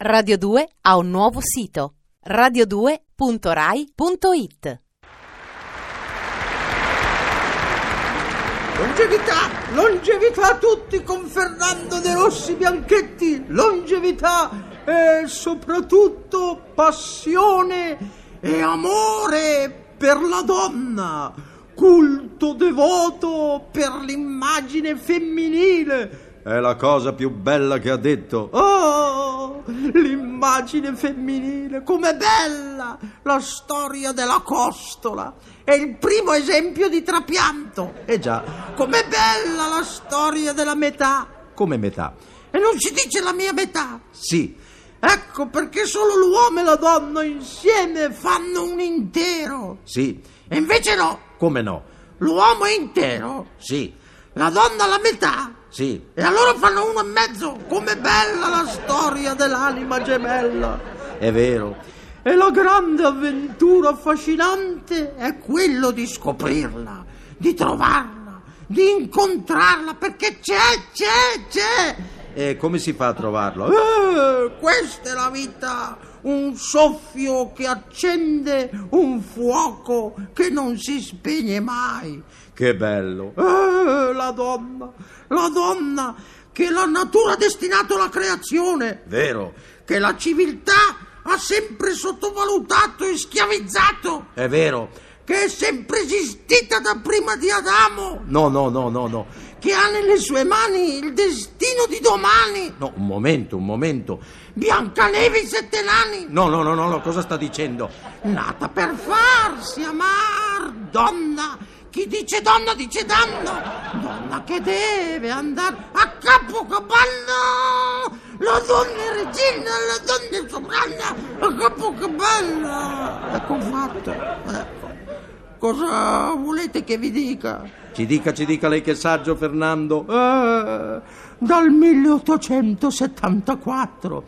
Radio 2 ha un nuovo sito radio2.rai.it Longevità, longevità a tutti con Fernando De Rossi Bianchetti, longevità e soprattutto passione e amore per la donna, culto devoto per l'immagine femminile. È la cosa più bella che ha detto. Oh, l'immagine femminile, com'è bella la storia della costola. È il primo esempio di trapianto. Eh già, com'è bella la storia della metà. Come metà? E non ci dice la mia metà. Sì. Ecco perché solo l'uomo e la donna insieme fanno un intero. Sì. E invece no. Come no? L'uomo è intero. Sì. La donna la metà. Sì. E allora fanno uno e mezzo. Com'è bella la storia dell'anima gemella. È vero. E la grande avventura affascinante è quello di scoprirla, di trovarla, di incontrarla, perché c'è, c'è, c'è. E come si fa a trovarlo? questa è la vita, un soffio che accende un fuoco che non si spegne mai. Che bello. la donna, la donna che la natura ha destinato alla creazione. Vero. Che la civiltà ha sempre sottovalutato e schiavizzato. È vero. Che è sempre esistita da prima di Adamo. No, no, no, no, no. Che ha nelle sue mani il destino di domani. No, un momento, un momento. Biancanevi sette nani. No, no, no, no, no, cosa sta dicendo? Nata per farsi amar, donna. Chi dice donna dice danno. Donna che deve andare a Capocaballo. La donna è regina, la donna è sovrana, a Capocaballo. Ecco fatto, ecco. Cosa volete che vi dica? Ci dica, ci dica lei che saggio, Fernando. Eh, dal 1874.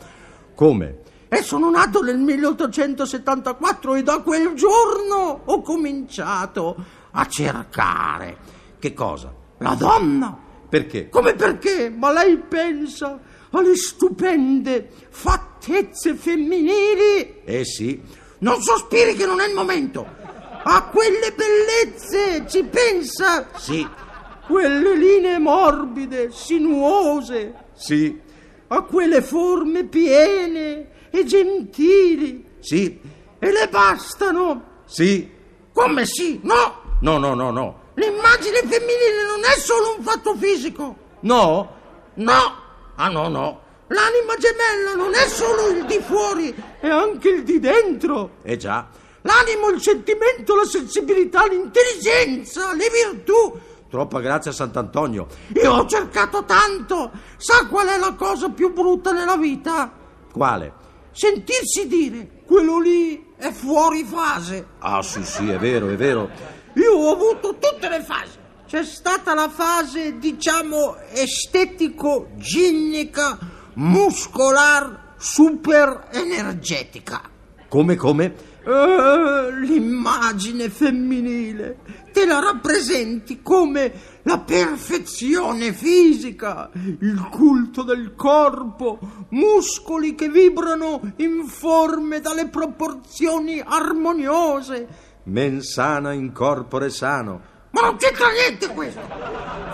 Come? E sono nato nel 1874 e da quel giorno ho cominciato a cercare. Che cosa? La donna. Perché? Come perché? Ma lei pensa alle stupende fattezze femminili? Eh sì. Non sospiri che non è il momento. A quelle bellezze ci pensa? Sì. Quelle linee morbide, sinuose. Sì. A quelle forme piene e gentili. Sì. E le bastano? Sì. Come sì? No! No, no, no, no. L'immagine femminile non è solo un fatto fisico. No? No. Ah, no, no. L'anima gemella non è solo il di fuori, è anche il di dentro. Eh già. L'animo, il sentimento, la sensibilità, l'intelligenza, le virtù. Troppa grazia a Sant'Antonio. Io ho cercato tanto. Sa qual è la cosa più brutta nella vita? Quale? Sentirsi dire quello lì è fuori fase. Ah, sì, sì, è vero, è vero. Io ho avuto tutte le fasi. C'è stata la fase, diciamo, estetico, ginnica, muscolar, super energetica. Come, come? l'immagine femminile. Te la rappresenti come la perfezione fisica, il culto del corpo, muscoli che vibrano informe dalle proporzioni armoniose. Mensana in corpore sano. Ma non c'entra niente questo!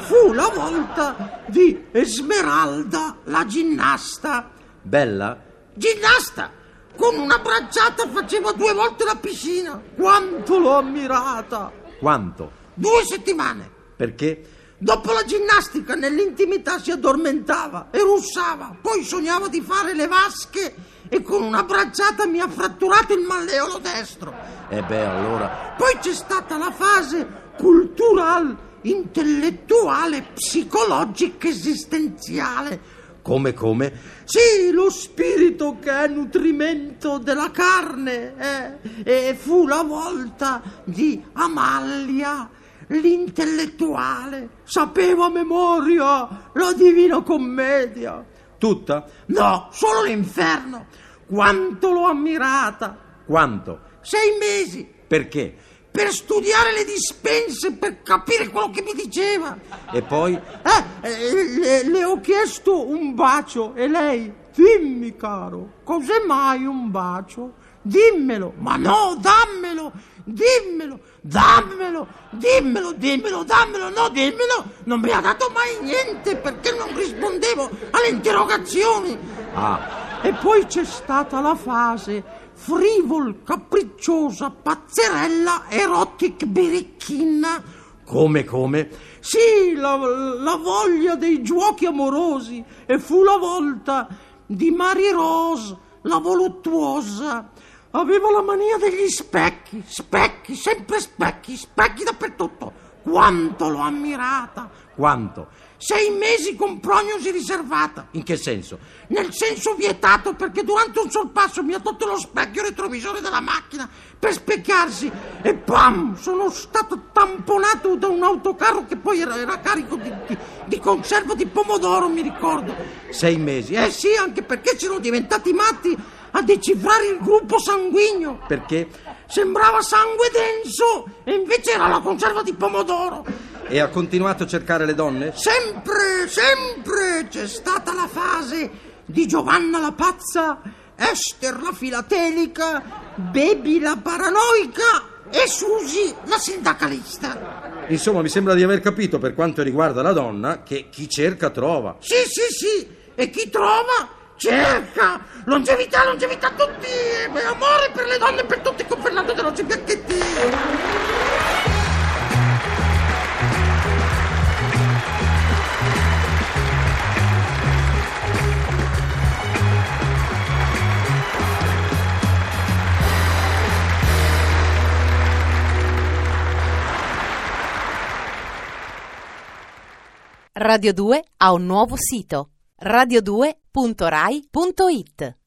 Fu la volta di Esmeralda la ginnasta. Bella? Ginnasta! Con una bracciata faceva due volte la piscina. Quanto l'ho ammirata! Quanto? Due settimane. Perché? Dopo la ginnastica nell'intimità si addormentava e russava, poi sognava di fare le vasche e con una bracciata mi ha fratturato il malleolo destro. E Eh, beh, allora. Poi c'è stata la fase culturale, intellettuale, psicologica, esistenziale. Come, come? Sì, lo spirito che è nutrimento della carne. eh. E fu la volta di Amalia, l'intellettuale. Sapeva a memoria la Divina Commedia. Tutta? No, solo l'inferno. Quanto l'ho ammirata. Quanto? Sei mesi. Perché? per studiare le dispense, per capire quello che mi diceva. E poi, eh, eh, le, le ho chiesto un bacio e lei, dimmi caro, cos'è mai un bacio? Dimmelo, ma no, dammelo, dimmelo, dammelo, dimmelo, dimmelo, dammelo, no, dimmelo. Non mi ha dato mai niente perché non rispondevo alle interrogazioni. Ah. E poi c'è stata la fase frivol, capricciosa, pazzerella, erotic birichina. Come, come? Sì, la, la voglia dei giochi amorosi. E fu la volta di Mary Rose, la voluttuosa. Aveva la mania degli specchi, specchi, sempre specchi, specchi dappertutto. Quanto l'ho ammirata! Quanto? Sei mesi con prognosi riservata. In che senso? Nel senso vietato, perché durante un sorpasso mi ha tolto lo specchio retrovisore della macchina per specchiarsi e pam! Sono stato tamponato da un autocarro che poi era, era carico di, di, di conserva di pomodoro, mi ricordo. Sei mesi? Eh sì, anche perché c'erano diventati matti a decifrare il gruppo sanguigno. Perché? Sembrava sangue denso e invece era la conserva di pomodoro. E ha continuato a cercare le donne? Sempre, sempre c'è stata la fase di Giovanna la pazza, Esther la filatelica, Baby la paranoica e Susi la sindacalista. Insomma, mi sembra di aver capito per quanto riguarda la donna che chi cerca trova. Sì, sì, sì, e chi trova cerca longevità, longevità a tutti, e amore per le donne, per tutti, con Fernando De Rossi Bianchetti. Radio 2 ha un nuovo sito radio2.rai.it